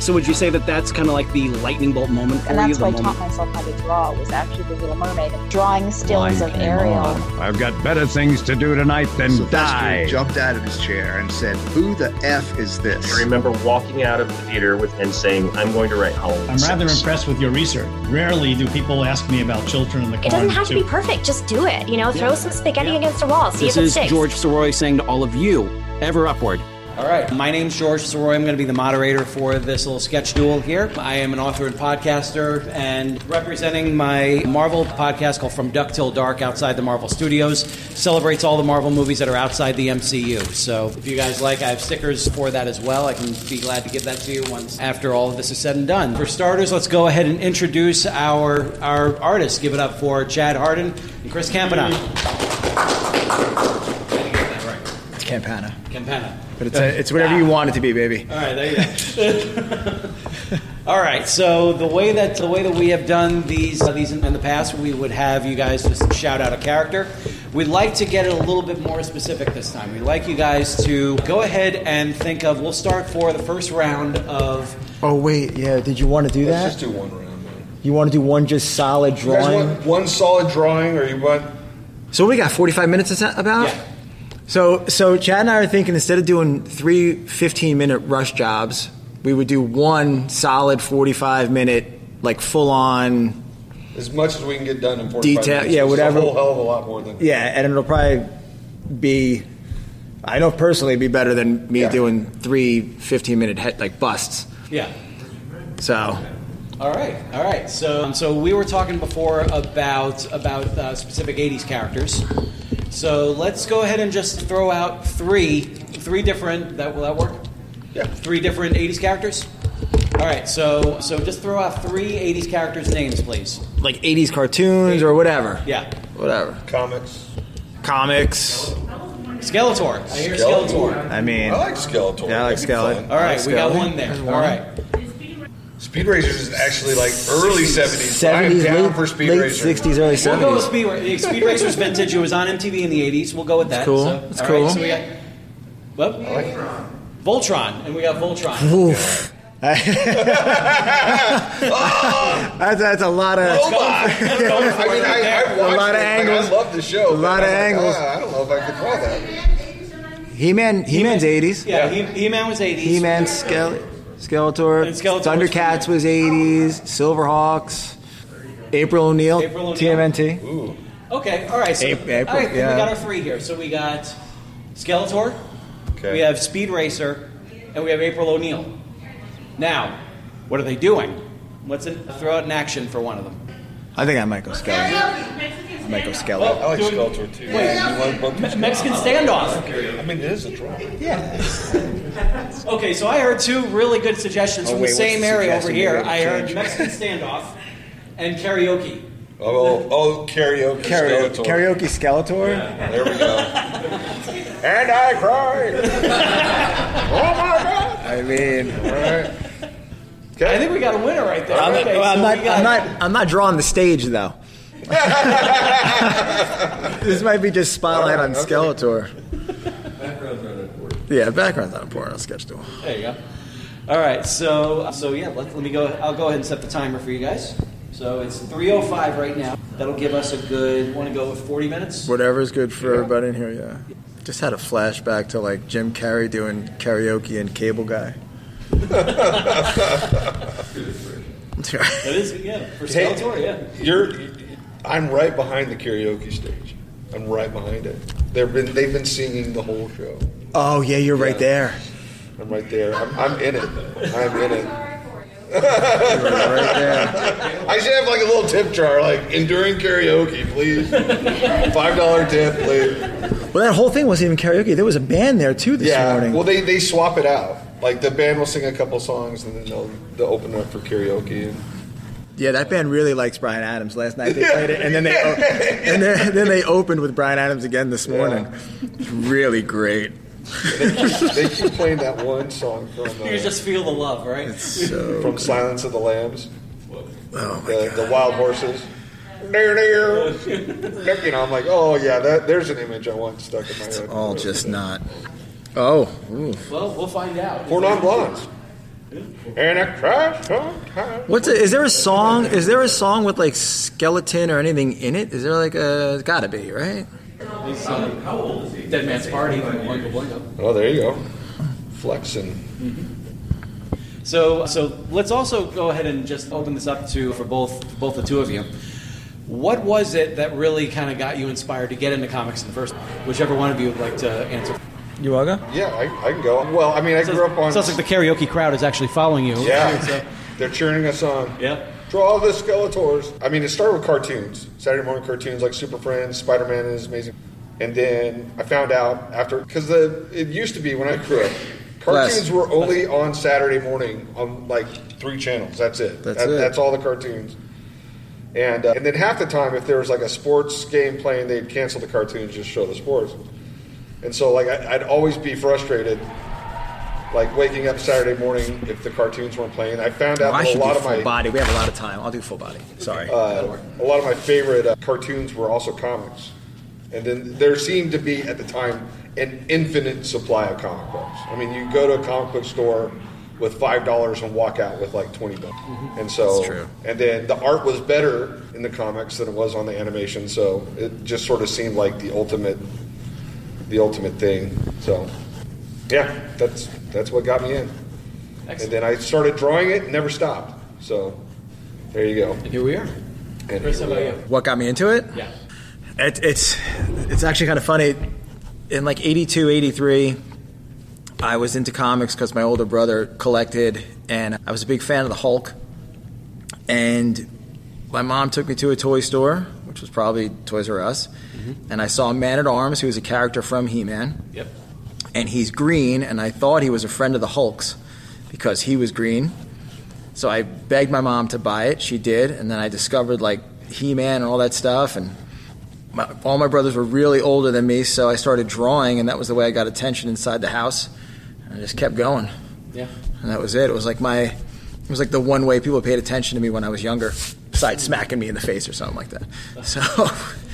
So would you say that that's kind of like the lightning bolt moment for And you? that's the why I moment- taught myself how to draw was actually the Little Mermaid, drawing stills of Ariel. I've got better things to do tonight than Sylvester die. jumped out of his chair and said, Who the F is this? I remember walking out of the theater with and saying, "I'm going to write Halloween." I'm rather six." impressed with your research. Rarely do people ask me about children in the car. It doesn't have to be too. perfect. Just do it. You know, throw some spaghetti against the wall. See This if it is sticks. George Soroy saying to all of you, ever upward. All right. My name's George Soroy. I'm going to be the moderator for this little sketch duel here. I am an author and podcaster and representing my Marvel podcast called From Duck Till Dark outside the Marvel Studios. Celebrates all the Marvel movies that are outside the MCU. So if you guys like, I have stickers for that as well. I can be glad to give that to you once after all of this is said and done. For starters, let's go ahead and introduce our our artists. Give it up for Chad Harden and Chris Campana. It's Campana. Campana. But it's, a, it's whatever you want it to be, baby. All right, there you go. All right, so the way that the way that we have done these uh, these in, in the past, we would have you guys just shout out a character. We'd like to get it a little bit more specific this time. We'd like you guys to go ahead and think of. We'll start for the first round of. Oh, wait. Yeah, did you want to do that? Let's just do one round. you want to do one just solid You guys drawing? want one solid drawing, or you want? So what we got 45 minutes is that about? So so Chad and I are thinking instead of doing three 15 minute rush jobs, we would do one solid 45 minute like full on As much as we can get done in 45 Detail- minutes. yeah, It's whatever. A whole hell of a lot more than. yeah, and it'll probably be I know personally it'd be better than me Yeah. doing three 15 minute head, like busts. Yeah. So All right, all right. So, um, so we were talking before about about uh, specific '80s characters. So let's go ahead and just throw out three three different. That will that work? Yeah. Three different '80s characters. All right. So so just throw out three '80s characters' names, please. like 80s cartoons or whatever. Yeah. Whatever. Comics. Comics. Skeletor. I hear Skeletor. Skeletor. I mean I like Skeletor. Yeah, I like That'd be Skeletor. fun. All right, we got Skeletor. one there. All right. Speed Racers is actually like early 70s. I am 70s, down late, for Speed late Racer. 60s, early 70s. We'll go with Speed, Ra- Speed Racers Vintage. It was on MTV in the 80s. We'll go with that. cool. So, It's all right, cool. so we got, well, Voltron. And we got Voltron. Oof. that's, that's a lot of Robot. I mean, I, I've A watched lot of it, like, angles. I love the show. A but lot of I'm like, angles. ah, I don't know if I could draw that. He-Man. He-Man's eighties. Yeah, He- He-Man was 80s. He-Man, Skele- Skeletor, And Skeletor was- Thundercats was eighties. Silverhawks, April O'Neil, April O'Neil. TMNT. Okay, all right. So, April- April, all right, yeah. we got our three here. So we got Skeletor, Okay. we have Speed Racer, and we have April O'Neil. Now, what are they doing? Let's in, throw out an action for one of them. I think I might go Skeletor. I might go Skeletor. I like Skeletor too. Wait. You want both Me- Mexican standoff. I mean, it is a draw. Okay, so I heard two really good suggestions Oh, from wait, the what's same the area over suggestion? here. Maybe we I can heard change. Mexican standoff and karaoke. Oh, oh, karaoke. Karaoke, Skeletor. karaoke Skeletor. There we go. and I cried. oh my god. I mean, All right. I think we got a winner right there. I'm, okay, well, I'm so not, we got- I'm not, I'm not drawing the stage though. this might be just spotlight on Skeletor. Yeah, background's not important on Sketch Duel. There you go. All right, so so yeah, let, let me go. I'll go ahead and set the timer for you guys. So it's 3:05 right now. That'll give us a good. Want to go with 40 minutes? Whatever's good for everybody in here, yeah. Just had a flashback to like Jim Carrey doing karaoke and Cable Guy. That is yeah for Hey. Skeletor, yeah. You're, I'm right behind the karaoke stage. I'm right behind it. They've been they've been singing the whole show. oh yeah, you're right there. I'm right there. I'm, I'm in it. I'm in it. You're right there. I should have like a little tip jar, like enduring karaoke, please. Five dollar tip, please. Well, that whole thing wasn't even karaoke. There was a band there too this Yeah. morning. Well, they they swap it out. Like the band will sing a couple songs and then they'll they'll open it up for karaoke. Yeah, that band really likes Brian Adams. Last night they played it, and then they o- and then, then they opened with Brian Adams again this morning. It's really great. They keep playing that one song from You uh, just feel the love, right? So from Silence of the Lambs. Oh my the, God. the wild horses. Near, near. you know, I'm like, oh yeah, that, there's an image I want stuck in my head. All just not. Oh. ooh. Well, we'll find out. Four non blondes. And a crash on time. What's a, is there a song? Is there a song with like skeleton or anything in it? Is there like a? It's gotta be right. How old is he? Dead Man's Party. Blanco Blanco. Oh, there you go. Flexing. So, so let's also go ahead and just open this up to for both both the two of you. What was it that really kind of got you inspired to get into comics in the first? Whichever one of you would like to answer. You wanna go? Yeah, I, I can go. Well, I mean, I grew up on. Sounds like the karaoke crowd is actually following you. Yeah, they're cheering us on. Yeah. Draw the Skeletors. I mean, it started with cartoons, Saturday morning cartoons like Super Friends, Spider Man is amazing, and then I found out after because the it used to be when I grew up, cartoons Bless. were only on Saturday morning on like three channels. That's it. That's That- it. That's all the cartoons. And uh, and then half the time, if there was like a sports game playing, they'd cancel the cartoons, just show the sports. And so like I, I'd always be frustrated. Like waking up Saturday morning if the cartoons weren't playing. I found out I that a should lot do of full my body. We have a lot of time. I'll do full body. Sorry. uh, a lot of my favorite uh, cartoons were also comics. And then there seemed to be, at the time, an infinite supply of comic books. I mean, you go to a comic book store with $5 and walk out with like 20 bucks. And so, Mm-hmm. That's true. and then the art was better in the comics than it was on the animation. So it just sort of seemed like the ultimate, the ultimate thing. So, yeah, that's, that's what got me in. And then I started drawing it and never stopped. So there you go. Here we are. And Chris, how about you? what got me into it? Yeah. It, it's it's actually kind of funny. In like 82, 83, I was into comics because my older brother collected, and I was a big fan of the Hulk. And my mom took me to a toy store, which was probably Toys R Us, and I saw Man at Arms, who was a character from He Man. Mm-hmm. Yep. And he's green, and I thought he was a friend of the Hulk's because he was green. So I begged my mom to buy it. She did, and then I discovered like He Man and all that stuff, and my, all my brothers were really older than me, so I started drawing, and that was the way I got attention inside the house. And I just kept going, Yeah. and that was it. It was like my, it was like the one way people paid attention to me when I was younger, besides smacking me in the face or something like that. So,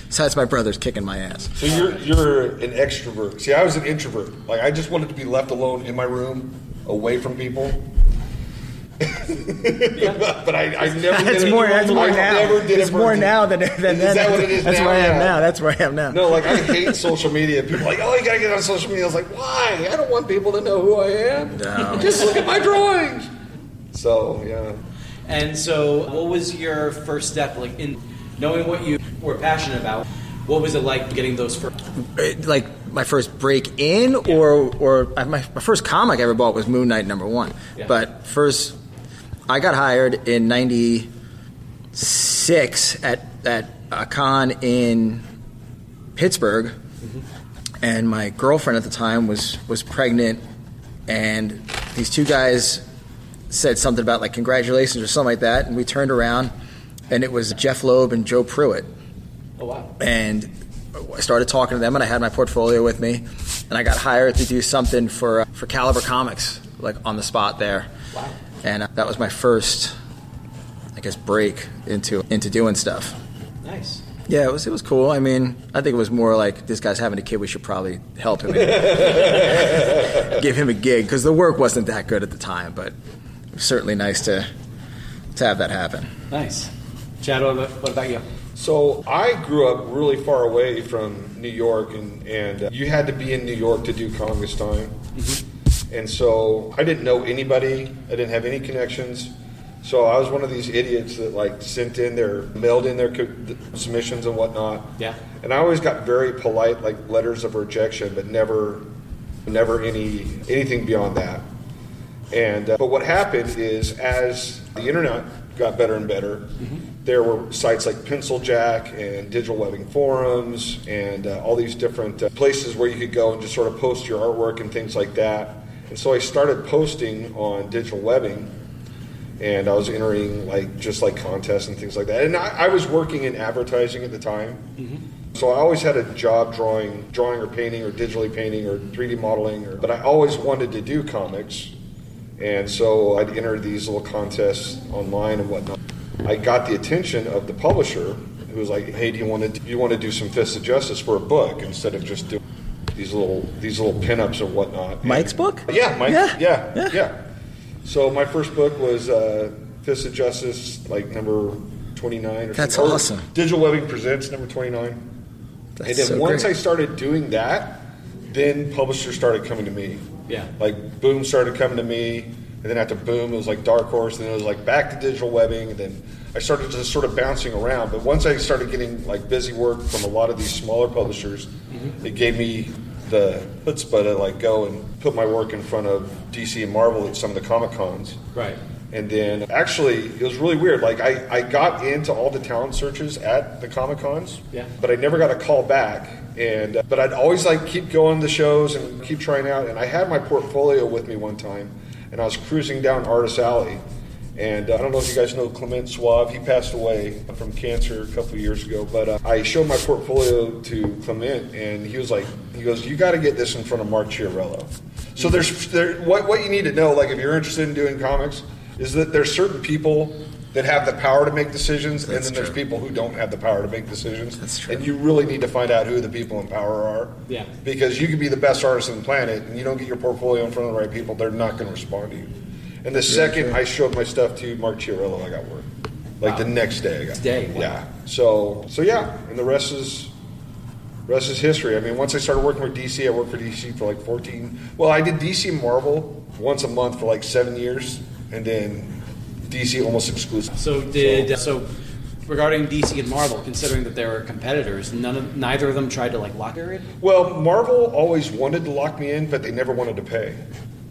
besides my brothers kicking my ass. So you're you're an extrovert. See, I was an introvert. Like I just wanted to be left alone in my room, away from people. but I, I never. did It's it. more, that's more I now. Never did it It's more for- now than than then. Is that what it is That's now? where I am Yeah. now. That's where I am now. No, like I hate social media. People are like, oh, you gotta get on social media. I was like, why? I don't want people to know who I am. No. Just look at my drawings. So yeah. And so, what was your first step, like in knowing what you were passionate about? What was it like getting those first? Uh, like my first break in or or I- my, my first comic I ever bought was Moon Knight number one. Yeah. But first, I got hired in '96 at at a con in Pittsburgh, and my girlfriend at the time was was pregnant, and these two guys said something about like congratulations or something like that, and we turned around, and it was Jeff Loeb and Joe Pruitt Oh wow! and I started talking to them, and I had my portfolio with me, and I got hired to do something for uh, for Caliber Comics, like on the spot there. Wow! And uh, that was my first, I guess, break into into doing stuff. Nice. Yeah, it was it was cool. I mean, I think it was more like this guy's having a kid. We should probably help him, and give him a gig because the work wasn't that good at the time, but it was certainly nice to to have that happen. Nice. Chad, what about, what about you? So I grew up really far away from New York, and, and uh, you had to be in New York to do Congress time. And so I didn't know anybody. I didn't have any connections. So I was one of these idiots that like sent in their mailed in their co- th- submissions and whatnot. Yeah. And I always got very polite like letters of rejection, but never, never any anything beyond that. And uh, but what happened is as the internet got better and better, there were sites like Penciljack and Digital Webbing forums and uh, all these different uh, places where you could go and just sort of post your artwork and things like that. And so I started posting on Digital Webbing, and I was entering like just like contests and things like that. And I, I was working in advertising at the time. So I always had a job drawing, drawing or painting or digitally painting or 3D modeling, or, but I always wanted to do comics, and so I'd enter these little contests online and whatnot. I got the attention of the publisher, who was like, "Hey, do you want to do you want to do some fists of justice for a book instead of just doing these little these little pinups or whatnot?" Mike's book? Yeah, Mike. Yeah. Yeah, yeah. So my first book was uh, Fists of Justice, like number twenty nine. That's awesome. Digital Webbing Presents, number twenty nine. That's And then so once great. I started doing that, then publishers started coming to me. Yeah. Like Boom started coming to me, and then after Boom it was like Dark Horse, and then it was like back to digital webbing, and then I started just sort of bouncing around. But once I started getting like busy work from a lot of these smaller publishers, Mm-hmm. it gave me the chutzpah to like go and put my work in front of DC and Marvel at some of the comic cons. Right. And then actually, it was really weird. Like, I, I got into all the talent searches at the Comic Cons, Yeah. but I never got a call back. And uh, but I'd always like keep going to shows and keep trying out. And I had my portfolio with me one time, and I was cruising down Artist Alley. And uh, I don't know if you guys know Clement Suave. He passed away from cancer a couple of years ago. But uh, I showed my portfolio to Clement, and he was like, he goes, "You got to get this in front of Mark Chiarello." So there's there, what what you need to know. Like if you're interested in doing comics, is that there's certain people that have the power to make decisions, That's and then there's true. people who don't have the power to make decisions. That's true. And you really need to find out who the people in power are. Yeah. Because you could be the best artist on the planet, and you don't get your portfolio in front of the right people, they're not going to respond to you. And the second I showed my stuff to Mark Chiarello, I got work. Like the next day, I got Day, wow. Yeah. So so yeah, and the rest is rest is history. I mean, once I started working for DC, I worked for DC for like 14. Well, I did DC Marvel once a month for like seven years, and then DC almost exclusive. So did uh, so. Regarding DC and Marvel, considering that they were competitors, none of, neither of them tried to like lock her in. Well, Marvel always wanted to lock me in, but they never wanted to pay.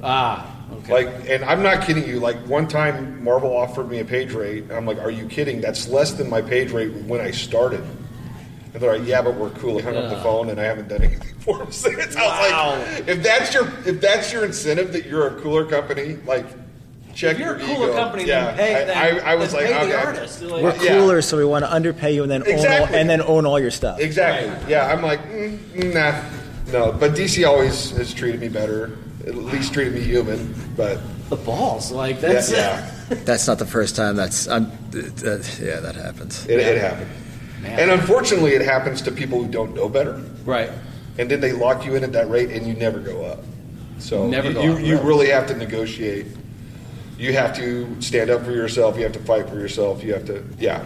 Ah, okay. Like, and I'm not kidding you. Like one time, Marvel offered me a page rate, and I'm like, "Are you kidding? That's less than my page rate when I started." And they're like, "Yeah, but we're cool." I hung up the phone, and I haven't done anything for them since. I was like, "If that's your if that's your incentive that you're a cooler company, like." Check If you're a your cooler ego. company, yeah. then pay. I, then, I, I was then like, pay okay. the artist. Like, We're Yeah. cooler, so we want to underpay you and then own all, Exactly. and then own all your stuff. Exactly. Yeah, I'm like, mm, nah, no. But DC always has treated me better. At least treated me human. But the balls. Like that's yeah, That's not the first time. That's I'm, uh, yeah, that happens. yeah, it, it happened. Man. And unfortunately, it happens to people who don't know better. right. And then they lock you in at that rate, and you never go up. So Never you, go you, up, you right. really have to negotiate. You have to stand up for yourself. You have to fight for yourself. You have to, yeah.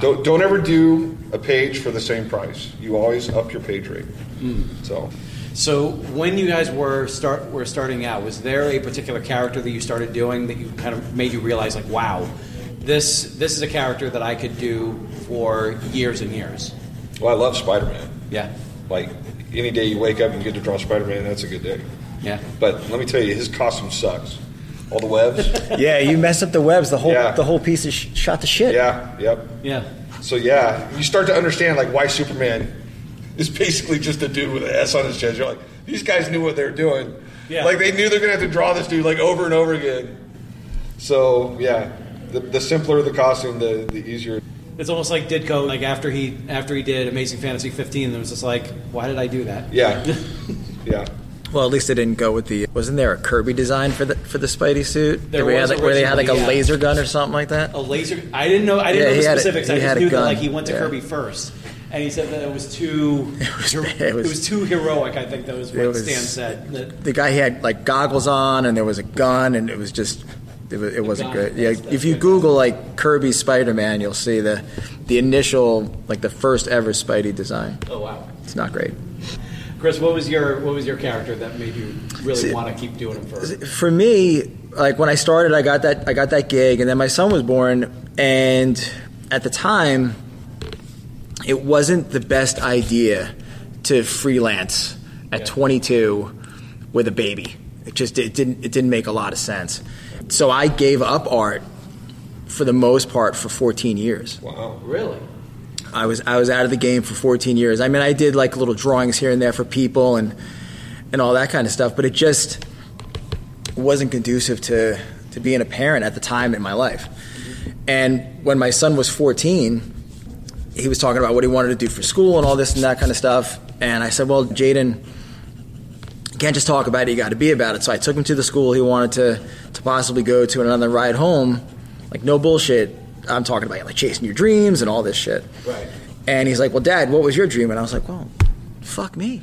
Don't, don't ever do a page for the same price. You always up your page rate. Hmm. So So when you guys were start were starting out, was there a particular character that you started doing that you kind of made you realize like, wow, this this is a character that I could do for years and years. Well, I love Spider Man. Yeah. Like any day you wake up and you get to draw Spider Man, that's a good day. Yeah. But let me tell you, his costume sucks. All the webs. Yeah, you messed up the webs. The whole Yeah. the whole piece is sh- shot to shit. yeah. Yep. Yeah. So yeah, you start to understand like why Superman is basically just a dude with an S on his chest. You're like, these guys knew what they were doing. Yeah. Like they knew they're gonna have to draw this dude like over and over again. So yeah, the, the simpler the costume, the, the easier. It's almost like Ditko, like after he after he did Amazing Fantasy 15, it was just like, why did I do that? Yeah. yeah. Well, at least they didn't go with the. Wasn't there a Kirby design for the for the Spidey suit? There Where we had, was like, where they had like a originally, yeah. laser gun or something like that. a laser. I didn't know. I didn't Yeah, know the he had a- specifics. I he just had a knew that gun. like he went to Yeah. Kirby first, and he said that it was too. It was it, bad. was, It was- too heroic. I think that was It what was- Stan said. That- The guy he had like goggles on, and there was a gun, and it was just. It, was, it gun. wasn't good. Yeah, That's- if you that's- Google like Kirby Spider Man, you'll see the the initial like the first ever Spidey design. oh wow, It's not great. Chris, what was your what was your character that made you really want to keep doing him for? for me, like when I started, I got that I got that gig, and then my son was born, and at the time, it wasn't the best idea to freelance at 22 with a baby. It just it didn't it didn't make a lot of sense. So I gave up art for the most part for 14 years. Wow. Really? I was I was out of the game for 14 years. I mean, I did like little drawings here and there for people and and all that kind of stuff, but it just wasn't conducive to to being a parent at the time in my life. And when my son was 14, he was talking about what he wanted to do for school and all this and that kind of stuff. And I said, "Well, Jaden, you can't just talk about it. You got to be about it." So I took him to the school he wanted to to possibly go to, and on the ride home, like no bullshit, I'm talking about like chasing your dreams and all this shit. Right. And he's like, "Well, Dad, what was your dream?" And I was like, "Well, fuck me."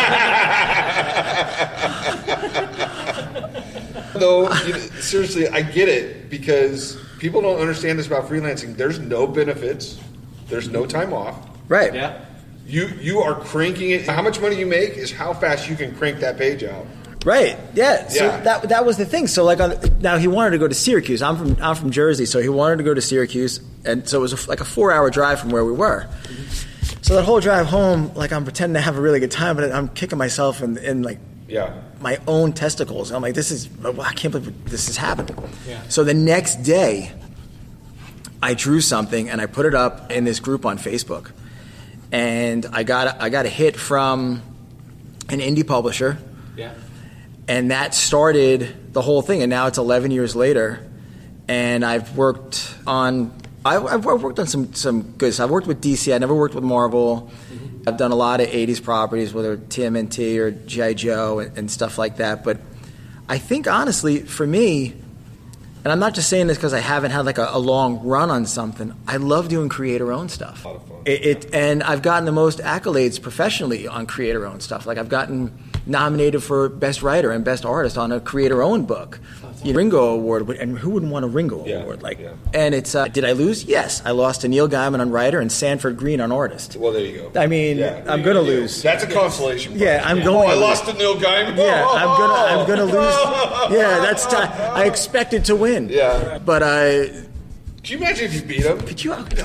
Though, you know, seriously, I get it because people don't understand this about freelancing. There's no benefits. There's no time off. Right. Yeah. You you are cranking it. How much money you make is how fast you can crank that page out. Right. Yeah. So Yeah. that that was the thing. So like on, now he wanted to go to Syracuse. I'm from I'm from Jersey, so he wanted to go to Syracuse, and so it was a f like a four hour drive from where we were. So that whole drive home, like I'm pretending to have a really good time, but I'm kicking myself in, in like Yeah. my own testicles. I'm like, this is I can't believe this is happening. Yeah. So the next day, I drew something and I put it up in this group on Facebook, and I got a, I got a hit from an indie publisher Yeah. and that started the whole thing and now it's 11 years later and i've worked on I, i've I've worked on some some good stuff i've worked with dc i never worked with marvel i've done a lot of 80s properties whether tmnt or gi joe and, and stuff like that but i think honestly for me and i'm not just saying this because i haven't had like a, a long run on something i love doing creator-owned stuff it, it and I've gotten the most accolades professionally on creator-owned stuff. Like I've gotten nominated for best writer and best artist on a creator-owned book, You know, Ringo Award, would- and who wouldn't want a Ringo Award? Like, and it's uh, did I lose? Yes, I lost to Neil Gaiman on writer and Sanford Green on artist. Well, there you go. I mean, I'm gonna lose. That's a consolation. prize. Yeah, I'm Oh, going I to lose. lost to Neil Gaiman. Yeah, Oh, I'm gonna, I'm gonna lose. Yeah, that's. T- I expected to win. Yeah. but I. Could you imagine if you beat him? Could you? uh, These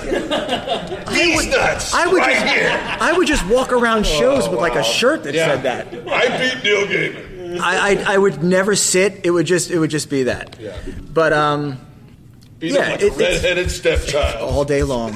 nuts. I would right just, here. I would just walk around shows with like a shirt that Yeah. said that. I beat Neil Gaiman. I, I I would never sit. It would just it would just be that. Yeah. But um, Beat Yeah, him like it- a it's- red-headed stepchild. all day long,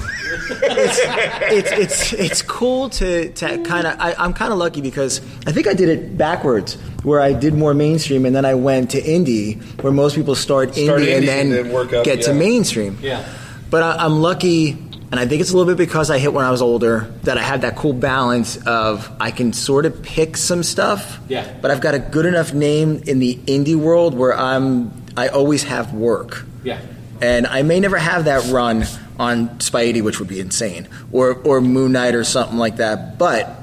it's it's it's it's cool to to kind of. I'm kind of lucky because I think I did it backwards, where I did more mainstream and then I went to indie, where most people start, Start indie, indie and then, and then work up, get to yeah. mainstream. Yeah. But I, I'm lucky, and I think it's a little bit because I hit when I was older that I had that cool balance of I can sort of pick some stuff. Yeah. But I've got a good enough name in the indie world where I'm I always have work, Yeah. and I may never have that run on Spidey, which would be insane, or or Moon Knight or something like that, but.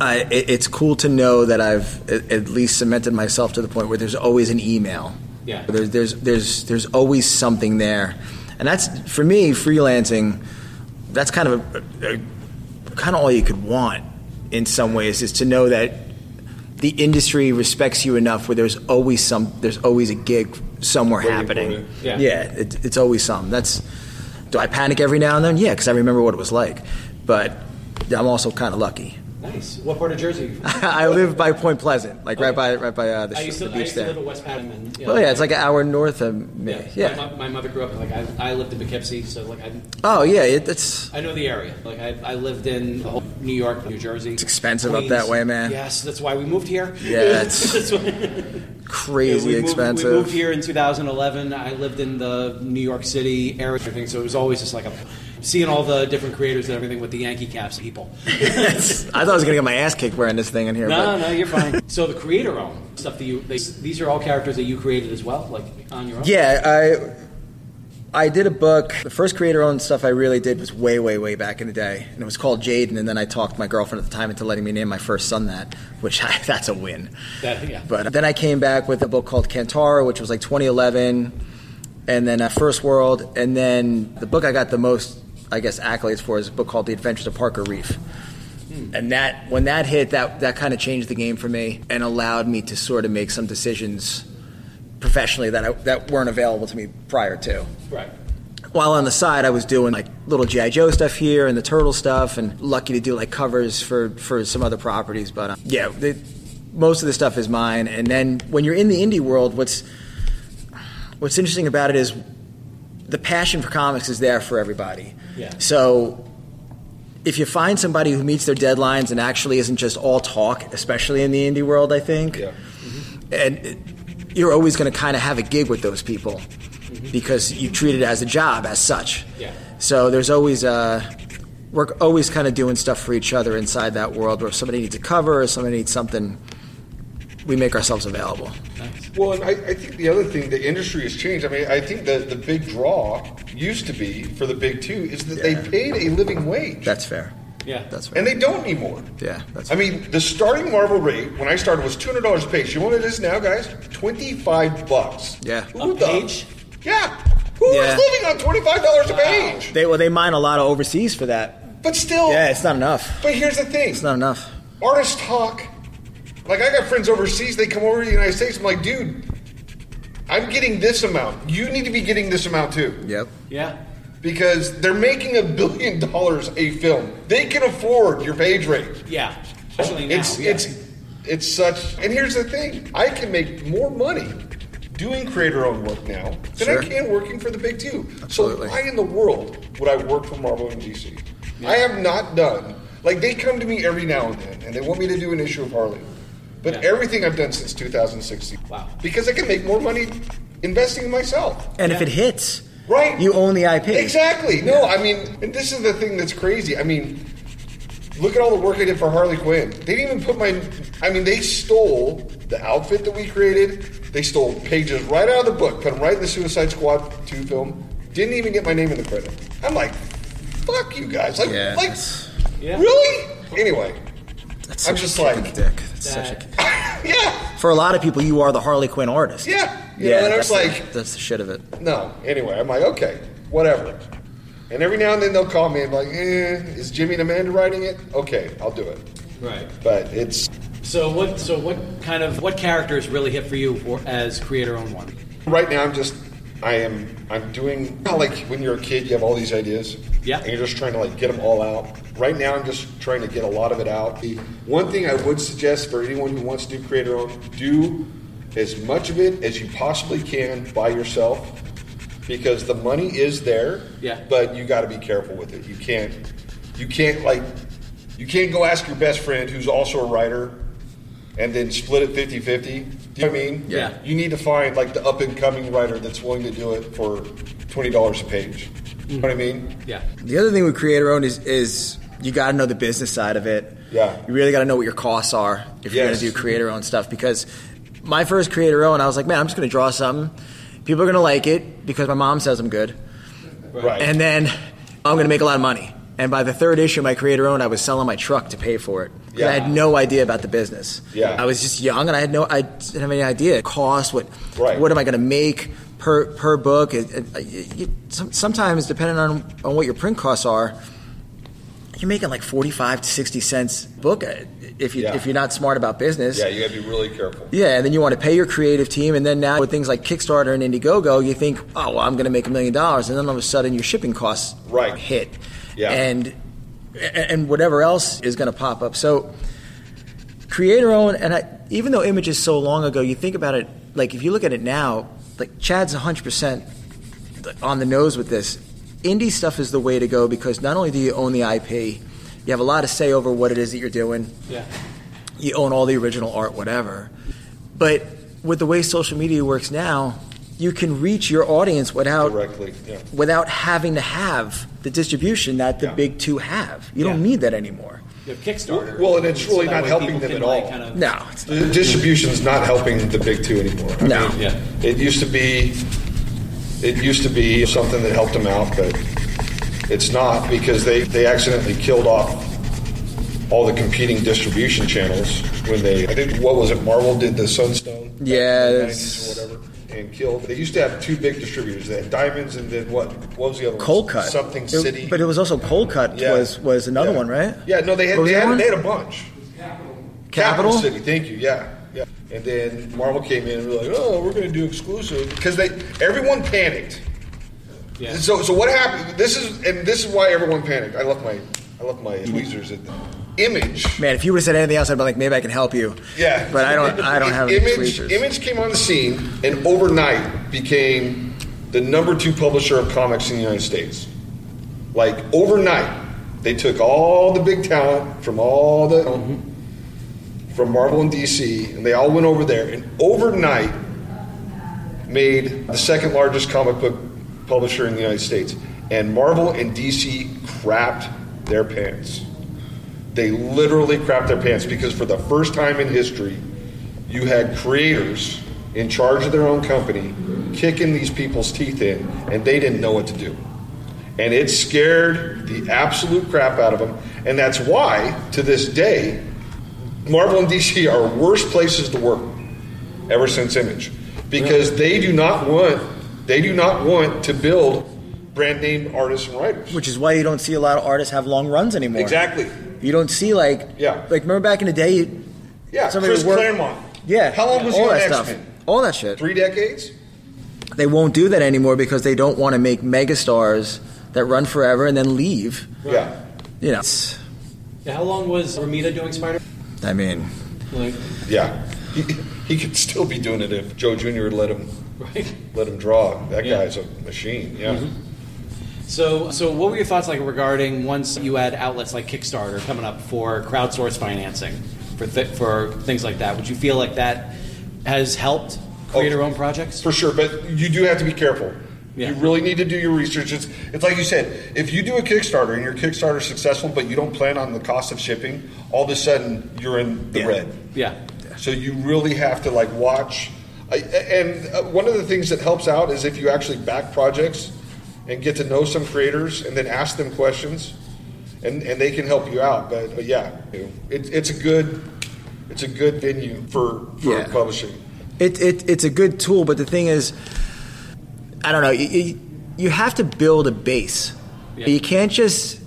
I, it, it's cool to know that I've a- at least cemented myself to the point where there's always an email Yeah. there's there's there's there's always something there, and that's for me freelancing. That's kind of a, a, kind of all you could want in some ways is to know that the industry respects you enough where there's always some there's always a gig somewhere Waiting for happening. you. Yeah. it, it's always something. That's do I panic every now and then? Yeah, because I remember what it was like, but. I'm also kind of lucky. Nice. What part of Jersey? Are you from? I live by Point Pleasant, like right by right by uh, the, I sh- used the to, I beach used to there. live at West Padham and you oh yeah, it's like an hour north of me. yeah. yeah. My, my mother grew up like I, I lived in Poughkeepsie, so like I Oh yeah, it, it's I know the area. Like I, I lived in the whole New York, New Jersey. It's expensive up that way, man. Yes, that's why we moved here. Yeah, it's That's why- Yeah, crazy we moved- expensive. we moved here in 2011. I lived in the New York City area, and everything. So it was always just like a, seeing all the different creators and everything with the Yankee caps people. I thought I was gonna get my ass kicked wearing this thing in here. No, but no, you're fine. so the creator own stuff that you they, these are all characters that you created as well, like on your own. Yeah, I I did a book. The first creator-owned stuff I really did was way, way, way back in the day, and it was called Jaden. And then I talked my girlfriend at the time into letting me name my first son that, which I, that's a win. That- yeah. But then I came back with a book called Kantara, which was like 2011, and then uh, First World, and then the book I got the most, I guess, accolades for is a book called The Adventures of Parker Reef. And that when that hit, that that kind of changed the game for me and allowed me to sort of make some decisions professionally that I, that weren't available to me prior to. Right. While on the side, I was doing like little GI Joe stuff here and the turtle stuff, and lucky to do like covers for for some other properties. But um, yeah, the, most of the stuff is mine. And then when you're in the indie world, what's what's interesting about it is the passion for comics is there for everybody. Yeah. So if you find somebody who meets their deadlines and actually isn't just all talk, especially in the indie world, I think, Mm-hmm. Yeah. and it- you're always going to kind of have a gig with those people because you treat it as a job as such. Mm-hmm. Yeah. So there's always uh, we're always kind of doing stuff for each other inside that world where if somebody needs a cover or somebody needs something, we make ourselves available. Nice. Well, and I, I think the other thing, the industry has changed. I mean, I think the, the big draw used to be for the big two is that they paid a living wage. That's fair. Yeah. That's fair. And they don't anymore. Yeah, that's I mean, the starting Marvel rate when I started was $200 a page. You know what it is now, guys? 25 bucks. Yeah. Who the- Yeah. Who Yeah. is living on $25 a page? They well, they mine a lot of overseas for that. But still, yeah, it's not enough. But here's the thing. It's not enough. artists talk. Like I got friends overseas, they come over to the United States. I'm like, dude, I'm getting this amount. You need to be getting this amount too. Yep. Yeah. Because they're making a billion dollars a film. They can afford your page rate. Yeah. Especially now. It's yeah. it's it's such and here's the thing. I can make more money doing creator owned work now than Sure. I can working for the big two. Absolutely. So why in the world would I work for Marvel and DC? I have not done like they come to me every now and then and they want me to do an issue of Harley. But everything I've done since 2016. Wow. Because I can make more money investing in myself. And if it hits, Right. you own the IP. Exactly. No, I mean, and this is the thing that's crazy. I mean, look at all the work I did for Harley Quinn. They didn't even put my. I mean, they stole the outfit that we created. They stole pages right out of the book, put them right in the Suicide Squad 2 film. Didn't even get my name in the credit. I'm like, fuck you guys. Like, Yeah, like that's- really? Anyway, That's I'm such just a like- kick in the dick. That's such a That- kick- yeah, For a lot of people, you are the Harley Quinn artist. yeah. You know, and I was that's like, the, that's the shit of it. no. Anyway, I'm like, okay, whatever. And every now and then they'll call me and be like, eh, is Jimmy and Amanda writing it? Okay, I'll do it. right. But it's So what? So what kind of what characters really hit for you for, as creator owned one? right now I'm just I am I'm doing not like when you're a kid you have all these ideas Yeah. and you're just trying to like get them all out right now I'm just trying to get a lot of it out the one thing I would suggest for anyone who wants to do creator own do as much of it as you possibly can by yourself because the money is there Yeah. but you got to be careful with it you can't you can't like you can't go ask your best friend who's also a writer and then split it 50 50 do you know what I mean Yeah. you need to find like the up and coming writer that's willing to do it for twenty dollars a page. You know what I mean? Yeah. The other thing with creator owned is is you got to know the business side of it. Yeah. You really got to know what your costs are if you're going Yes. to do creator owned stuff because my first creator owned, I was like, man, I'm just going to draw something. People are going to like it because my mom says I'm good. Right. And then I'm going to make a lot of money. And by the third issue, of my creator owned, I was selling my truck to pay for it. 'Cause Yeah. I had no idea about the business. Yeah. I was just young and I had no, I didn't have any idea cost. What, Right. what am I going to make per per book? It- it- it- you- some- sometimes, depending on on what your print costs are, you're making like forty five to sixty cents book uh, if you Yeah. if you're not smart about business. yeah, you got to be really careful. Yeah, and then you want to pay your creative team, and then now with things like Kickstarter and Indiegogo, you think, oh, well, I'm going to make a million dollars, and then all of a sudden your shipping costs Right. hit, Yeah. and and whatever else is going to pop up. So creator owned, and I, even though Image is so long ago, you think about it, like if you look at it now, like Chad's 100 percent on the nose with this. Indie stuff is the way to go because not only do you own the IP, you have a lot of say over what it is that you're doing Yeah. you own all the original art, whatever. But with the way social media works now, you can reach your audience without Directly. Yeah. without having to have the distribution that the Yeah. big two have. You don't Yeah. need that anymore. You have Kickstarter. Well, and it's really that not way people helping them can, at all. like, kind of- No, it's The distribution's not helping the big two anymore. I No. mean, Yeah. It used to be. It used to be something that helped them out, but it's not because they they accidentally killed off all the competing distribution channels when they. I think what was it? Marvel did the Sunstone. back in the Yeah, 90s or whatever. And killed. They used to have two big distributors. They had Diamonds, and then what? What was the other Cold one? Cut. Something It- City. but it was also Cold Cut Yeah. was was another Yeah. one, right? Yeah, no, they had, What was they that had, one? they had a bunch. Capital? City, thank you, yeah. yeah. And then Marvel came in and were like, oh, we're going to do exclusive. Because they everyone panicked. Yeah. So, so what happened? This is and this is why everyone panicked. I left my I left my tweezers at the image. Mm-hmm. Man, if you would have said anything else, I'd be like, maybe I can help you. Yeah, but I don't. I don't have any image. tweezers. Image came on the scene and overnight became the number two publisher of comics in the United States. Like overnight, they took all the big talent from all the from Marvel and DC, and they all went over there. And overnight, made the second largest comic book publisher in the United States. And Marvel and DC crapped their pants. They literally crapped their pants because for the first time in history, you had creators in charge of their own company, kicking these people's teeth in, and they didn't know what to do. And it scared the absolute crap out of them. And that's why, to this day, Marvel and DC are worse places to work ever since Image because they do not want they do not want to build brand name artists and writers. Which is why you don't see a lot of artists have long runs anymore. Exactly. You don't see like yeah. Like remember back in the day, you, Yeah, somebody Chris would work- Claremont. Yeah. How long was all he on that X stuff? Men? All that shit. Three decades. They won't do that anymore because they don't want to make megastars that run forever and then leave. Yeah. You know, it's- How long was Ramita doing Spider? I mean, Like, Yeah, he, he could still be doing it if Joe Jr. let him let him draw. That guy's a machine. Mm-hmm. Yeah. so, so what were your thoughts like regarding once you had outlets like Kickstarter coming up for crowdsource financing for th- for things like that? Would you feel like that has helped create our own projects? For sure, but you do have to be careful. You really need to do your research. It's, it's like you said, if you do a Kickstarter and your Kickstarter is successful, but you don't plan on the cost of shipping, all of a sudden you're in the red. Yeah. So you really have to like watch. I, and uh, one of the things that helps out is if you actually back projects and get to know some creators and then ask them questions, and, and they can help you out. But, but yeah, it, it's a good it's a good venue for, for Yeah. publishing. it, it it's a good tool, but the thing is, I don't know. You, you, you have to build a base. Yeah. You can't just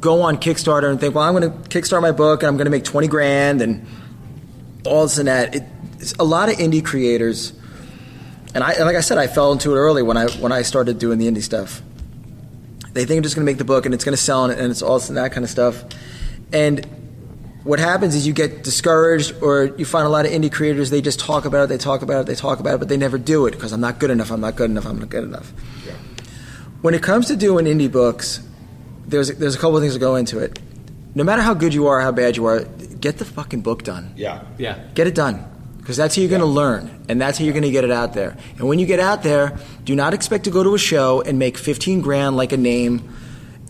go on Kickstarter and think, well, I'm going to kickstart my book and I'm going to make twenty grand and all this and that. It, it's a lot of indie creators, and I and like I said, I fell into it early when I when I started doing the indie stuff. They think I'm just going to make the book and it's going to sell and, and it's all this and that kind of stuff. And what happens is you get discouraged or you find a lot of indie creators they just talk about it they talk about it they talk about it but they never do it because i'm not good enough i'm not good enough i'm not good enough when it comes to doing indie books there's, there's a couple of things that go into it no matter how good you are how bad you are get the fucking book done Yeah. Yeah. get it done because that's how you're going to learn and that's how you're going to get it out there and when you get out there do not expect to go to a show and make 15 grand like a name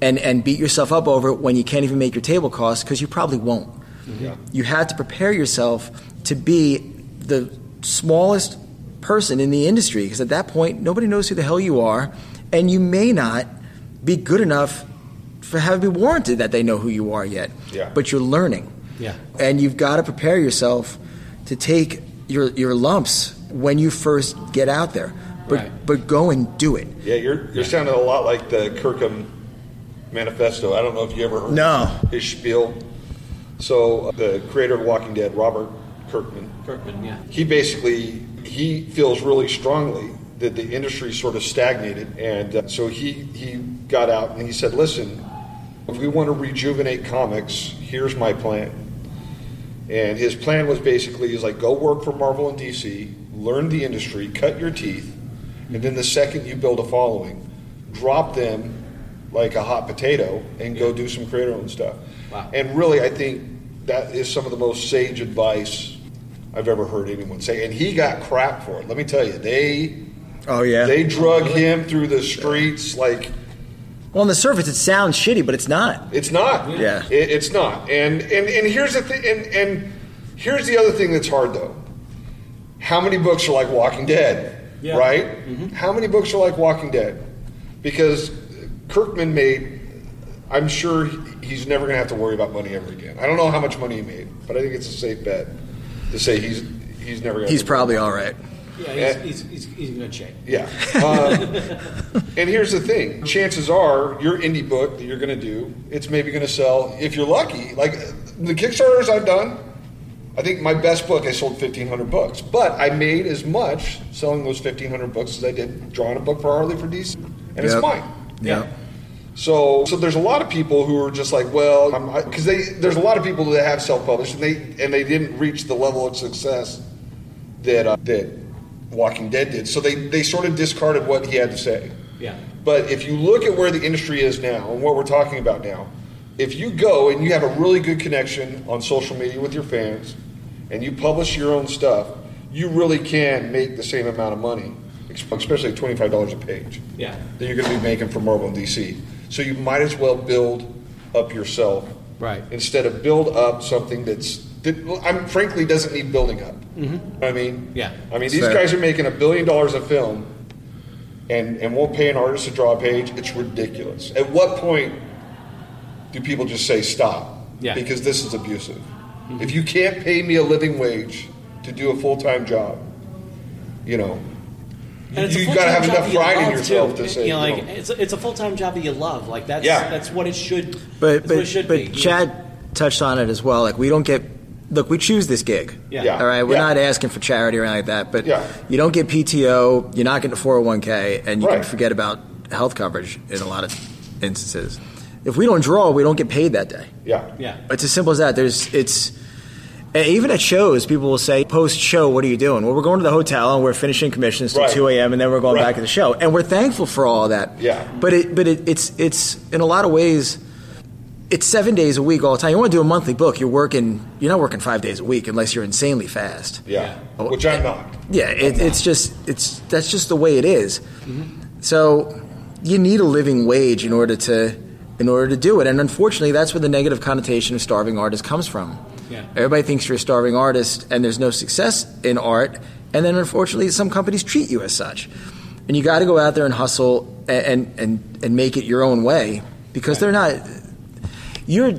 and, and beat yourself up over it when you can't even make your table costs because you probably won't Mm-hmm. Yeah. you have to prepare yourself to be the smallest person in the industry because at that point nobody knows who the hell you are and you may not be good enough for have it be warranted that they know who you are yet Yeah. but you're learning Yeah. and you've got to prepare yourself to take your your lumps when you first get out there but Right. but go and do it Yeah, you're you're sounding a lot like the Kirkham Manifesto. I don't know if you ever heard No. his spiel. So uh, the creator of Walking Dead, Robert Kirkman, Kirkman, yeah. he basically he feels really strongly that the industry sort of stagnated, and uh, so he he got out and he said, "Listen, if we want to rejuvenate comics, here's my plan." And his plan was basically is like go work for Marvel and DC, learn the industry, cut your teeth, and then the second you build a following, drop them like a hot potato and go do some creator owned stuff. Wow. And really, I think that is some of the most sage advice I've ever heard anyone say. And he got crap for it. Let me tell you, they oh yeah they drug him through the streets like well on the surface it sounds shitty but it's not it's not. Yeah. It, it's not. And and and here's the thing. And and here's the other thing that's hard though. How many books are like Walking Dead? Yeah. Mm-hmm. Right. How many books are like Walking Dead? Because Kirkman made. I'm sure he- he's never going to have to worry about money ever again. I don't know how much money he made, but I think it's a safe bet to say he's he's never. Gonna he's have to worry probably all right Yeah, he's, he's, he's, he's in good shape. yeah. Um, and here's the thing: chances are your indie book that you're going to do, it's maybe going to sell if you're lucky. Like uh, the Kickstarters I've done, I think my best book I sold 1,500 books, but I made as much selling those 1,500 books as I did drawing a book for Harley for DC, and it's Yep. mine. yeah So, so there's a lot of people who are just like, well, because they there's a lot of people that have self-published and they and they didn't reach the level of success that uh, that Walking Dead did. So they they sort of discarded what he had to say. Yeah. But if you look at where the industry is now and what we're talking about now, if you go and you have a really good connection on social media with your fans and you publish your own stuff, you really can make the same amount of money, especially at $25 a page Yeah. that you're going to be making for Marvel and DC. So you might as well build up yourself Right. instead of build up something that's did, well, I'm frankly doesn't need building up. Mm-hmm. I mean, Yeah. I mean, these So- guys are making a billion dollars a film, and and won't pay an artist to draw a page. It's ridiculous. At what point do people just say stop? Yeah. Mm-hmm. Because this is abusive. If you can't pay me a living wage to do a full time job, you know, And it's a you got to full-time have job enough that you pride in love, yourself too. to say, you know, like you know, it's a, it's a full time job that you love. Like that's Yeah. that's what it should. But that's what it but should but be. you Chad touched on it as well. Like we don't get look, we choose this gig. Yeah. Yeah. All right. We're Yeah. not asking for charity or anything like that. But Yeah. you don't get PTO. You're not getting 401k, and you can Right. forget about health coverage in a lot of instances. If we don't draw, we don't get paid that day. yeah, yeah. It's as simple as that. There's it's and even at shows, people will say post show, "What are you doing?" Well, we're going to the hotel and we're finishing commissions till Right. two a.m. and then we're going Right. back to the show, and we're thankful for all that. Yeah. But it but it, it's it's in a lot of ways. It's seven days a week all the time. You want to do a monthly book, you're working. You're not working five days a week unless you're insanely fast. yeah, which I'm not. Yeah, it, it's just it's that's just the way it is. So you need a living wage in order to in order to do it, and unfortunately, that's where the negative connotation of starving artist comes from. Yeah. Everybody thinks you're a starving artist, and there's no success in art, and then unfortunately, some companies treat you as such, and you got to go out there and hustle a- and and and make it your own way because they're not you're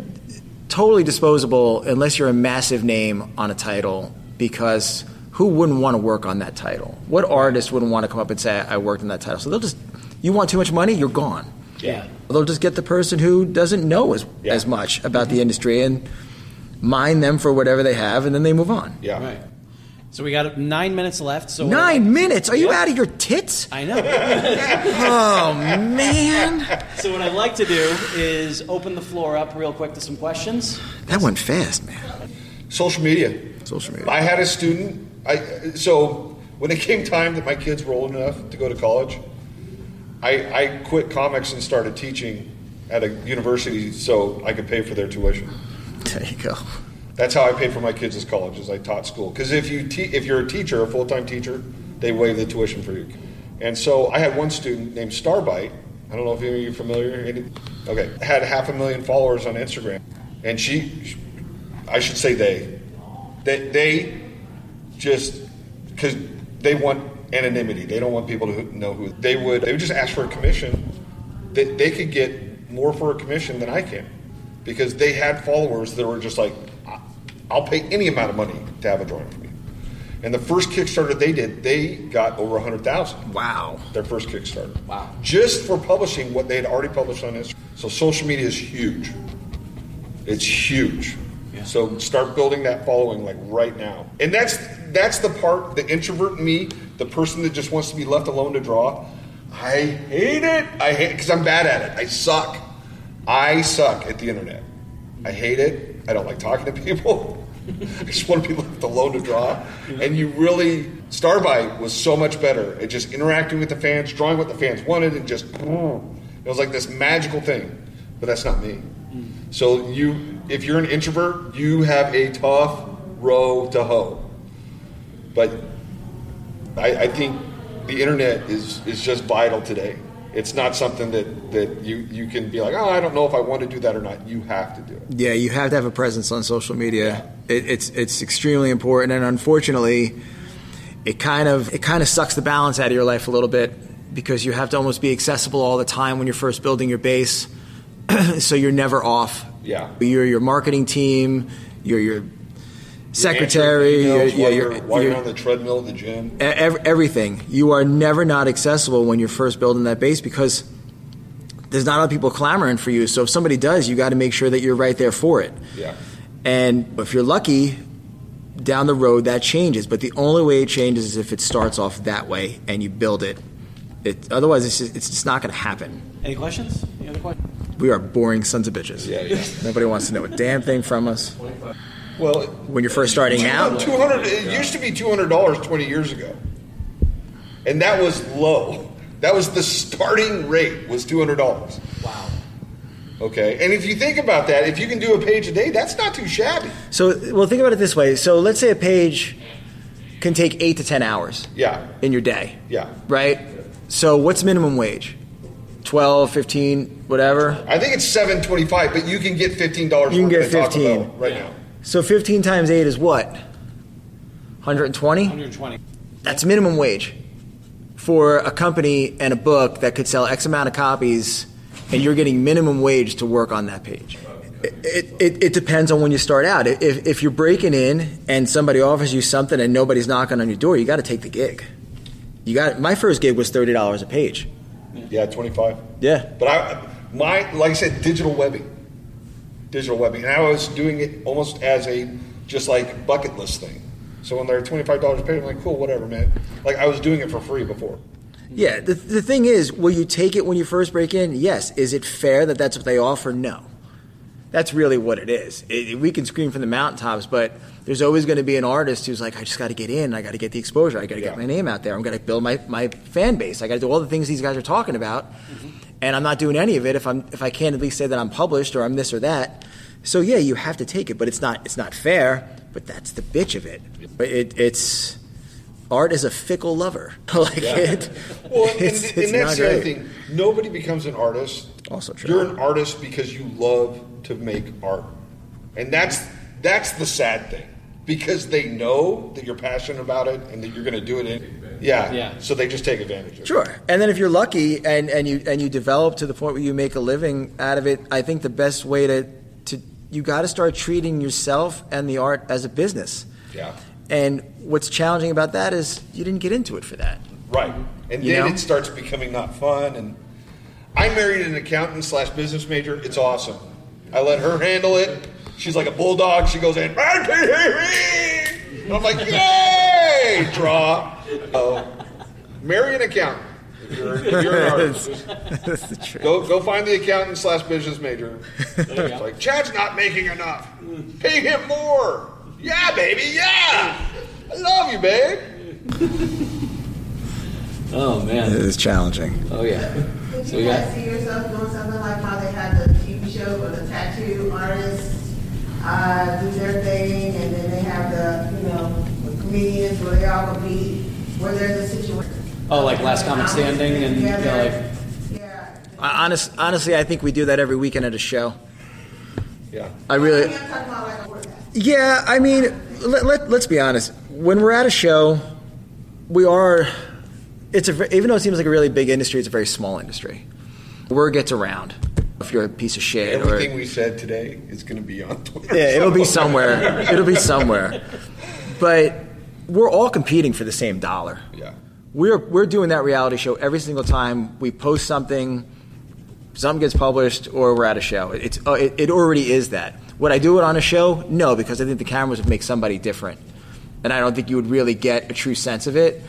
totally disposable unless you're a massive name on a title because who wouldn't want to work on that title? What artist wouldn't want to come up and say, I worked on that title? So they'll just, you want too much money, you're gone. Yeah. They'll just get the person who doesn't know as, as much about the industry and mine them for whatever they have and then they move on. Yeah. Right. So we got nine minutes left. So Nine minutes? Are you out of your tits? I know. oh man. So what I'd like to do is open the floor up real quick to some questions. That went fast, man. Social media. Social media. I had a student. I so when it came time that my kids were old enough to go to college, I, I quit comics and started teaching at a university so I could pay for their tuition. There you go. That's how I paid for my kids' college. Is I taught school because if you te- if you're a teacher, a full time teacher, they waive the tuition for you. And so I had one student named Starbite. I don't know if any of you are familiar. Any- Okay, had half a million followers on Instagram, and she, I should say they, they, they just because they want anonymity. They don't want people to who- know who they would. They would just ask for a commission. They, they could get more for a commission than I can because they had followers that were just like, "I- I'll pay any amount of money to have a drawing from you. And the first Kickstarter they did, they got over a hundred thousand. Wow! Their first Kickstarter. Wow! Just for publishing what they had already published on Instagram. So social media is huge. It's huge. So start building that following like right now. And that's that's the part the introvert in me, the person that just wants to be left alone to draw. I hate it. I hate because I'm bad at it. I suck. I suck at the internet. I hate it. I don't like talking to people. I just want to be left alone to draw. And you really Starbite was so much better at just interacting with the fans, drawing what the fans wanted, and just mm. it was like this magical thing. But that's not me. So you, if you're an introvert, you have a tough row to hoe. But I, I think the internet is is just vital today. It's not something that that you you can be like, oh, I don't know if I want to do that or not. You have to do it. Yeah, you have to have a presence on social media. It, it's it's extremely important, and unfortunately, it kind of it kind of sucks the balance out of your life a little bit because you have to almost be accessible all the time when you're first building your base, so you're never off. Yeah. You're your marketing team, you're your e, secretary, Your you're, emails, yeah, while you're, you're, while you're you're- on the treadmill at the gym. e- ev- everything. You are never not accessible when you're first building that base because there's not other people clamoring for you. So if somebody does, you got to make sure that you're right there for it. Yeah. And if you're lucky, down the road that changes. But the only way it changes is if it starts off that way and you build it. It otherwise it's just, it's just not going to happen. Any questions? Any other questions? We are boring sons of bitches. Yeah, yeah. Nobody wants to know a damn thing from us. Well, When you're first starting out, two hundred. It used to be two hundred dollars twenty years ago, and that was low. That was the starting rate was two hundred dollars. Wow. Okay, and if you think about that, if you can do a page a day, that's not too shabby. So, well, think about it this way. So, let's say a page can take eight to ten hours. Yeah. In your day. Yeah. Right. So, what's minimum wage? 12, 15, whatever. I think it's seven twenty-five, but you can get fifteen dollars. You can get 15. right now. So 15 times 8 is what? 120? 120. That's minimum wage for a company and a book that could sell X amount of copies, and you're getting minimum wage to work on that page. It, it, it depends on when you start out. If, if you're breaking in and somebody offers you something and nobody's knocking on your door, you got to take the gig. You got my first gig was thirty dollars a page. Yeah, twenty five. Yeah, but I my like I said, digital webbing, digital webbing, and I was doing it almost as a just like bucket list thing. So when they're twenty five dollars paid, I'm like, cool, whatever, man. Like I was doing it for free before. Yeah, the, the thing is, will you take it when you first break in? Yes. Is it fair that that's what they offer? No. That's really what it is. It, we can scream from the mountaintops, but there's always going to be an artist who's like, I just got to get in. I got to get the exposure. I got to get my name out there. I'm going to build my, my fan base. I got to do all the things these guys are talking about, Mm-hmm. and I'm not doing any of it if I'm if I can't at least say that I'm published or I'm this or that. So yeah, you have to take it, but it's not it's not fair. But that's the bitch of it. But it, it's art is a fickle lover. like Yeah. it, Well, and, it's, and it's that's not the other great. thing. Nobody becomes an artist. Also true. You're an artist because you love to make art, and that's that's the sad thing because they know that you're passionate about it and that you're going to do it. In, yeah, yeah. So they just take advantage of it. Sure. And then if you're lucky and, and you and you develop to the point where you make a living out of it, I think the best way to to you got to start treating yourself and the art as a business. Yeah. And what's challenging about that is you didn't get into it for that. Right. And Mm-hmm. You then know? it starts becoming not fun. And I married an accountant slash business major. It's awesome. I let her handle it. She's like a bulldog. She goes in. And I'm like, yay! Draw. Oh, marry an accountant. If you're, if you're an artist, That's the truth. go go find the accountant slash business major. It's like Chad's not making enough. Pay him more. Yeah, baby. Yeah. I love you, babe. Oh man. It is challenging. Oh yeah. Would So you we got- guys see yourself doing something like how they had the TV show where the tattoo artists uh, do their thing, and then they have the you know the comedians where they all compete, where there's a situation. Oh, like last comic standing and you know, like I, honest, honestly, I think we do that every weekend at a show. Yeah. I really. Yeah, I mean, let, let, let's be honest. When we're at a show, we are. It's a, ve- even though it seems like a really big industry, it's a very small industry. Word gets around. If you're a piece of shit, or Everything we said today is going to be on Twitter. yeah, it'll be somewhere. It'll be somewhere. But we're all competing for the same dollar. Yeah. We're we're doing that reality show every single time we post something, something gets published, or we're at a show. It's uh, it, it already is that. Would I do it on a show? No, because I think the cameras would make somebody different, and I don't think you would really get a true sense of it.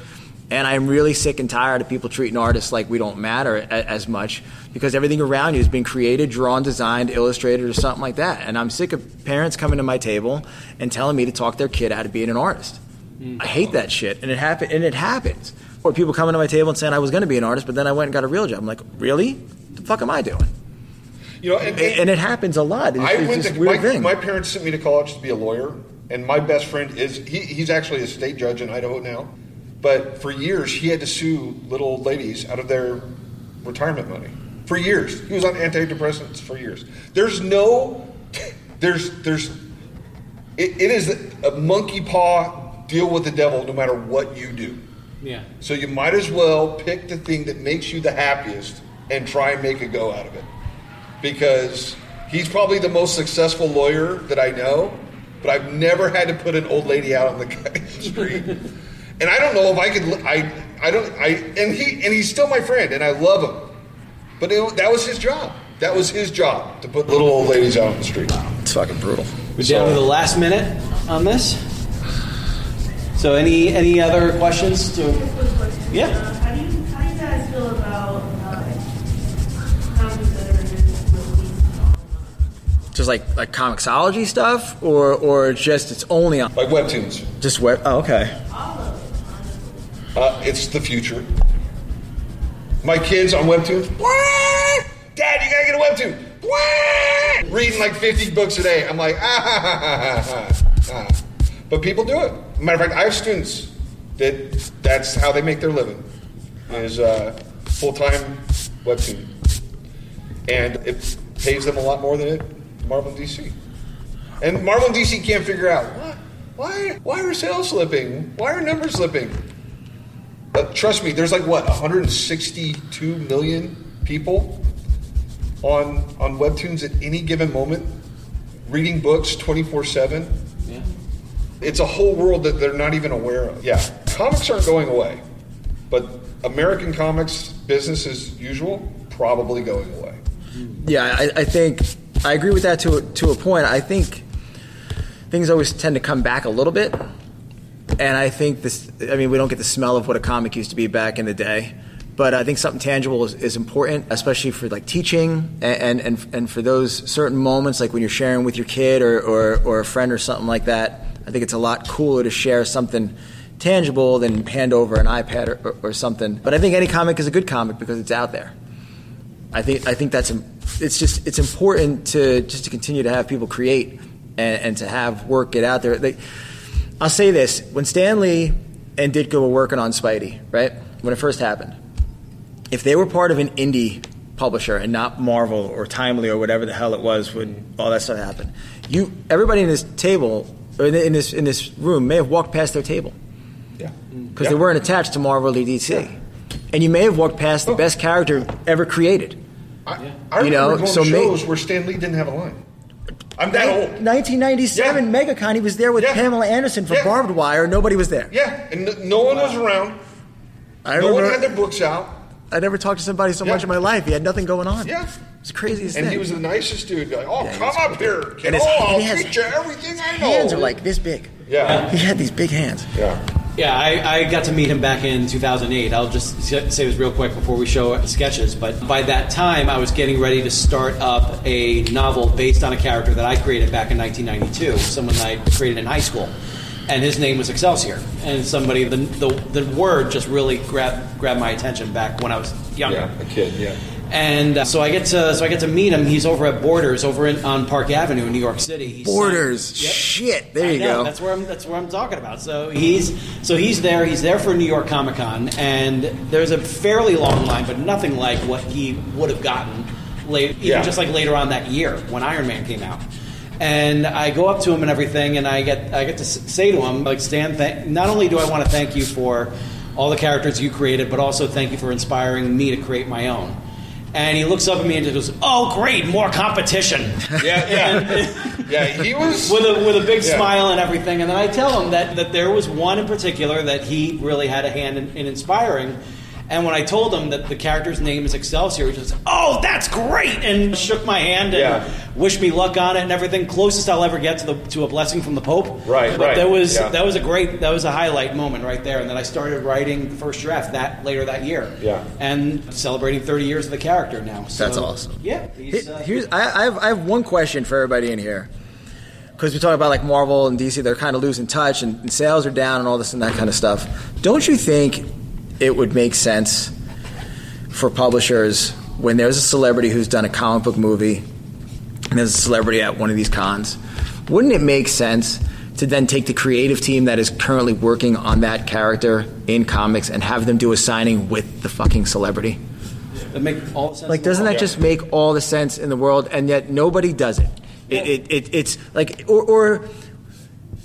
And I'm really sick and tired of people treating artists like we don't matter a- as much because everything around you has been created, drawn, designed, illustrated, or something like that. And I'm sick of parents coming to my table and telling me to talk their kid out of being an artist. I hate that shit, and it happened. And it happens. Or people coming to my table and saying I was going to be an artist, but then I went and got a real job. I'm like, really? The fuck am I doing? You know, and, And it happens a lot. It's, I it's went this to my, weird thing. my parents sent me to college to be a lawyer, and my best friend is he, he's actually a state judge in Idaho now, but for years he had to sue little ladies out of their retirement money. For years, he was on antidepressants for years. There's no, there's there's, it, it is a monkey paw deal with the devil no matter what you do. yeah. So you might as well pick the thing that makes you the happiest and try and make a go out of it. Because he's probably the most successful lawyer that I know, but I've never had to put an old lady out on the street. and I don't know if I could li- I I don't I and he and he's still my friend and I love him. But it, that was his job. That was his job to put little old ladies out on the street. It's fucking brutal. We're down to the last minute on this. So any any other questions? To, Yeah. How do you, how do you guys feel about uh, comedy centers with these Just like like comicsology stuff, or or just it's only on like webtoons. Just web. Oh, okay. Uh, it's the future. My kids on Webtoon. What? Dad, you gotta get a Webtoon. What? Reading like 50 books a day. I'm like, ah, ha, ha, ha, ha, ha, ha. But people do it. Matter of fact, I have students that that's how they make their living is uh, full-time Webtoon. And it pays them a lot more than it Marvel DC. And Marvel and DC can't figure out what, why why are sales slipping? Why are numbers slipping? But trust me, there's like what 162 million people on on webtoons at any given moment, reading books 24 seven. Yeah. It's a whole world that they're not even aware of. Yeah, comics aren't going away, but American comics business as usual probably going away. Yeah, I, I think I agree with that to a, to a point. I think things always tend to come back a little bit, and I think this. I mean, we don't get the smell of what a comic used to be back in the day, but I think something tangible is, is important, especially for like teaching and, and and for those certain moments, like when you're sharing with your kid or, or or a friend or something like that. I think it's a lot cooler to share something tangible than hand over an iPad or, or, or something. But I think any comic is a good comic because it's out there. I think I think that's im- it's just it's important to just to continue to have people create and, and to have work get out there. Like, I'll say this: when Stanley and Ditko were working on Spidey, right when it first happened, if they were part of an indie publisher and not Marvel or Timely or whatever the hell it was when all that stuff happened, you everybody in this table or in, in this in this room may have walked past their table Yeah. because they weren't attached to Marvel or DC. And you may have walked past the best character ever created. I, I You remember know, going so to may- shows where Stan Lee didn't have a line. I'm that old. 1997 MegaCon, he was there with Pamela Anderson for Barbed Wire. Nobody was there. Yeah, and no, no one was around. I no one remember- had their books out. I never talked to somebody so Yeah. much in my life. He had nothing going on. Yeah. It's the craziest and thing. he was the nicest dude. Like, oh, Yeah, he come was up cool. here, And kiddo. his- and I'll he has- teach you everything I know. hands are like this big. Yeah. He had these big hands. Yeah. Yeah, I, I got to meet him back in 2008. I'll just s- say this real quick before we show sketches. But by that time, I was getting ready to start up a novel based on a character that I created back in 1992, someone I created in high school. And his name was Excelsior. And somebody, the, the, the word just really grabbed, grabbed my attention back when I was younger. Yeah, a kid, yeah. And uh, so I get to so I get to meet him. He's over at Borders, over in, on Park Avenue in New York City. He Borders. Yep. Shit. There I you know, go. That's where I'm. That's where I'm talking about. So he's so he's there. He's there for New York Comic Con, and there's a fairly long line, but nothing like what he would have gotten later, even Yeah. just like later on that year when Iron Man came out. And I go up to him and everything, and I get I get to s- say to him like Stan, thank, not only do I want to thank you for all the characters you created, but also thank you for inspiring me to create my own. And he looks up at me and just goes, "Oh, great, more competition." Yeah, yeah. yeah, he was. with a with a big Yeah. smile and everything. And then I tell him that that there was one in particular that he really had a hand in, in inspiring. And when I told him that the character's name is Excelsior, he just oh, that's great, and shook my hand and Yeah. wished me luck on it and everything. Closest I'll ever get to the to a blessing from the Pope. Right, But right, that was yeah. that was a great that was a highlight moment right there. And then I started writing the first draft that later that year. Yeah. And celebrating 30 years of the character now. So, That's awesome. Yeah. he's, Here- uh, Here's I, I, have, I have one question for everybody in here because we talk about like Marvel and DC, they're kind of losing touch and, and sales are down and all this and that kind of stuff. Don't you think it would make sense for publishers when there's a celebrity who's done a comic book movie and there's a celebrity at one of these cons? Wouldn't it make sense? To then take the creative team that is currently working on that character in comics and have them do a signing with the fucking celebrity. that make all the sense. Like, in the doesn't world. that just make all the sense in the world? And yet nobody does it. It, it, it it's like or, or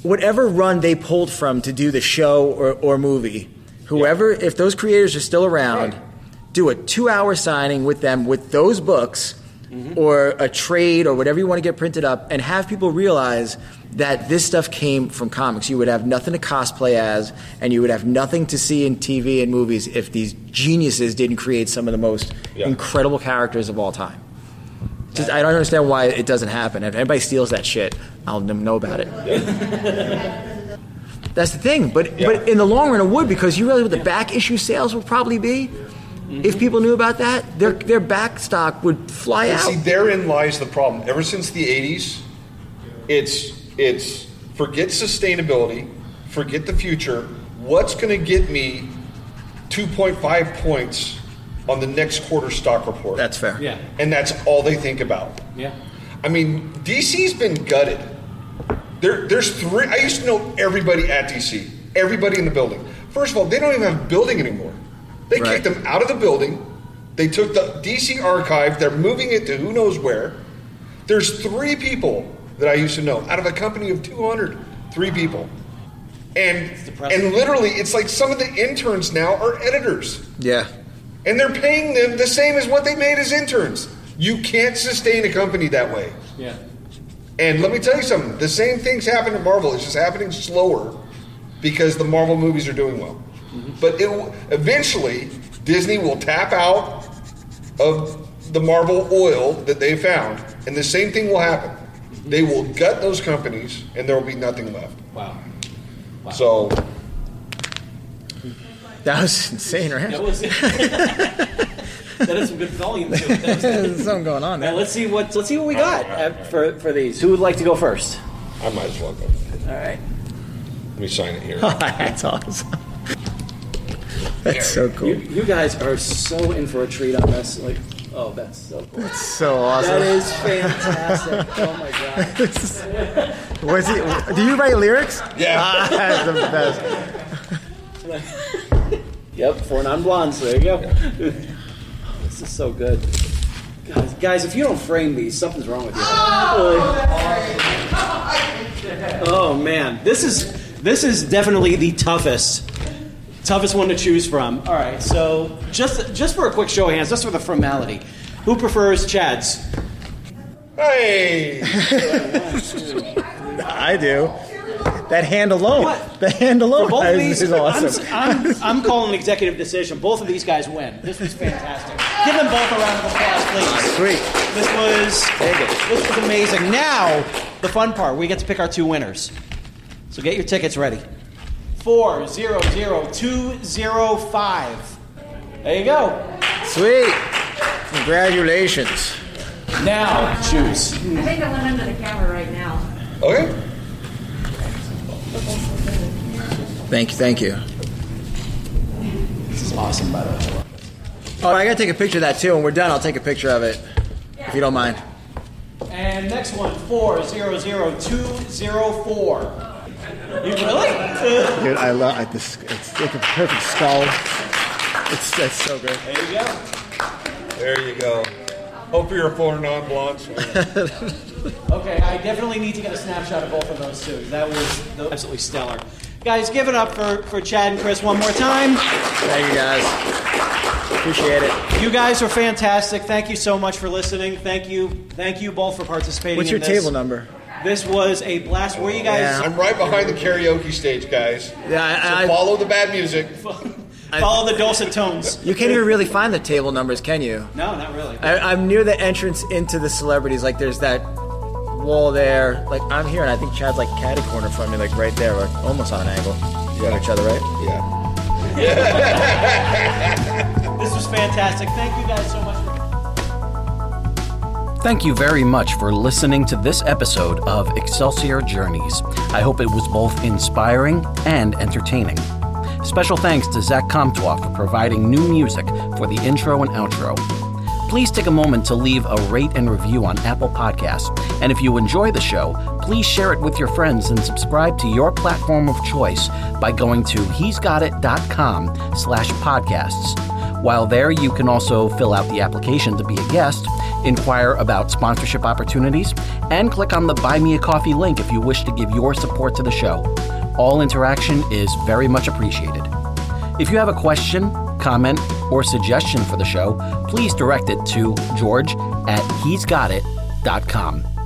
whatever run they pulled from to do the show or, or movie. Whoever, if those creators are still around, do a two-hour signing with them with those books. Or a trade, or whatever you want to get printed up, and have people realize that this stuff came from comics. You would have nothing to cosplay as, and you would have nothing to see in TV and movies if these geniuses didn't create some of the most incredible characters of all time. Just, I don't understand why it doesn't happen. If anybody steals that shit, I'll n- know about it. That's the thing. But but in the long run, it would because you realize what the back issue sales would probably be if people knew about that. Their their back stock would fly And out. see, therein lies the problem. Ever since the '80s, it's it's forget sustainability, forget the future. What's going to get me 2.5 points on the next quarter stock report? That's fair. Yeah. and that's all they think about. Yeah. I mean, DC's been gutted. There, there's three. I used to know everybody at DC, everybody in the building. First of all, they don't even have a building anymore. They Right. kicked them out of the building. They took the DC archive. They're moving it to who knows where. There's three people that I used to know out of a company of 200, three people. And, and literally, it's like some of the interns now are editors. Yeah. and they're paying them the same as what they made as interns. You can't sustain a company that way. Yeah. And let me tell you something: the same things happen at Marvel. It's just happening slower because the Marvel movies are doing well. Mm-hmm. But it will, eventually, Disney will tap out of the Marvel oil that they found, and the same thing will happen. Mm-hmm. They will gut those companies, and there will be nothing left. Wow. So That was insane, right? That was that is some good volume to it. There's something going on there. Now let's see what let's see what we got uh, for for these. Who would like to go first? I might as well go. All right. Let me sign it here. That's awesome. That's so cool. You, you guys are so in for a treat on this. Like, oh, that's so cool. That's so awesome. That is fantastic. oh my god. Was he, do you write lyrics? Yeah. Ah, that's the best. Yep, four non-blondes. There you go. Oh, this is so good. Guys, guys, if you don't frame these, something's wrong with you. Oh man, this is this is definitely the toughest toughest one to choose from. All right, so just just for a quick show of hands, just for the formality, who prefers Chad's? Hey, I do. That hand alone. The hand alone For both of is, these, is awesome. I'm, I'm, I'm calling an executive decision. Both of these guys win. This was fantastic. Give them both a round of applause, please. Sweet. This was this was amazing. Now, the fun part. We get to pick our two winners. So get your tickets ready. Four zero zero two zero five. There you go. Sweet. Congratulations. Now choose. I think I went under the camera right now. okay. Thank you. Thank you. This is awesome, by the way. Oh, I gotta take a picture of that too. When we're done, I'll take a picture of it, if you don't mind. And next one, four zero zero two zero four. You really? Dude, I love it. This it's like a perfect skull. It's that's so good. there you go. There you go. Hope you're four non-blondes. Okay, I definitely need to get a snapshot of both of those two. That was that was absolutely stellar. Guys, give it up for, for Chad and Chris one more time. Thank you guys. Appreciate it. You guys are fantastic. Thank you so much for listening. Thank you, thank you both for participating. What's your in this. table number? This was a blast. Where you guys? Yeah. I'm right behind the karaoke stage, guys. Yeah, I, I, So follow the bad music. Follow the dulcet tones. you can't even really find the table numbers, can you? No, not really. I, I'm near the entrance into the celebrities. Like there's that wall there. Like I'm here, and I think Chad's like catty corner from me, like right there, or almost on an angle. You got each other, right? Yeah. This was fantastic. Thank you guys so much. for Thank you very much for listening to this episode of Excelsior Journeys. I hope it was both inspiring and entertaining. Special thanks to Zach Comtois for providing new music for the intro and outro. Please take a moment to leave a rate and review on Apple Podcasts. And if you enjoy the show, please share it with your friends and subscribe to your platform of choice by going to he'sgotit.com slash podcasts. While there, you can also fill out the application to be a guest, inquire about sponsorship opportunities, and click on the Buy Me a Coffee link if you wish to give your support to the show. All interaction is very much appreciated. If you have a question, comment, or suggestion for the show, please direct it to george at he'sgotit.com.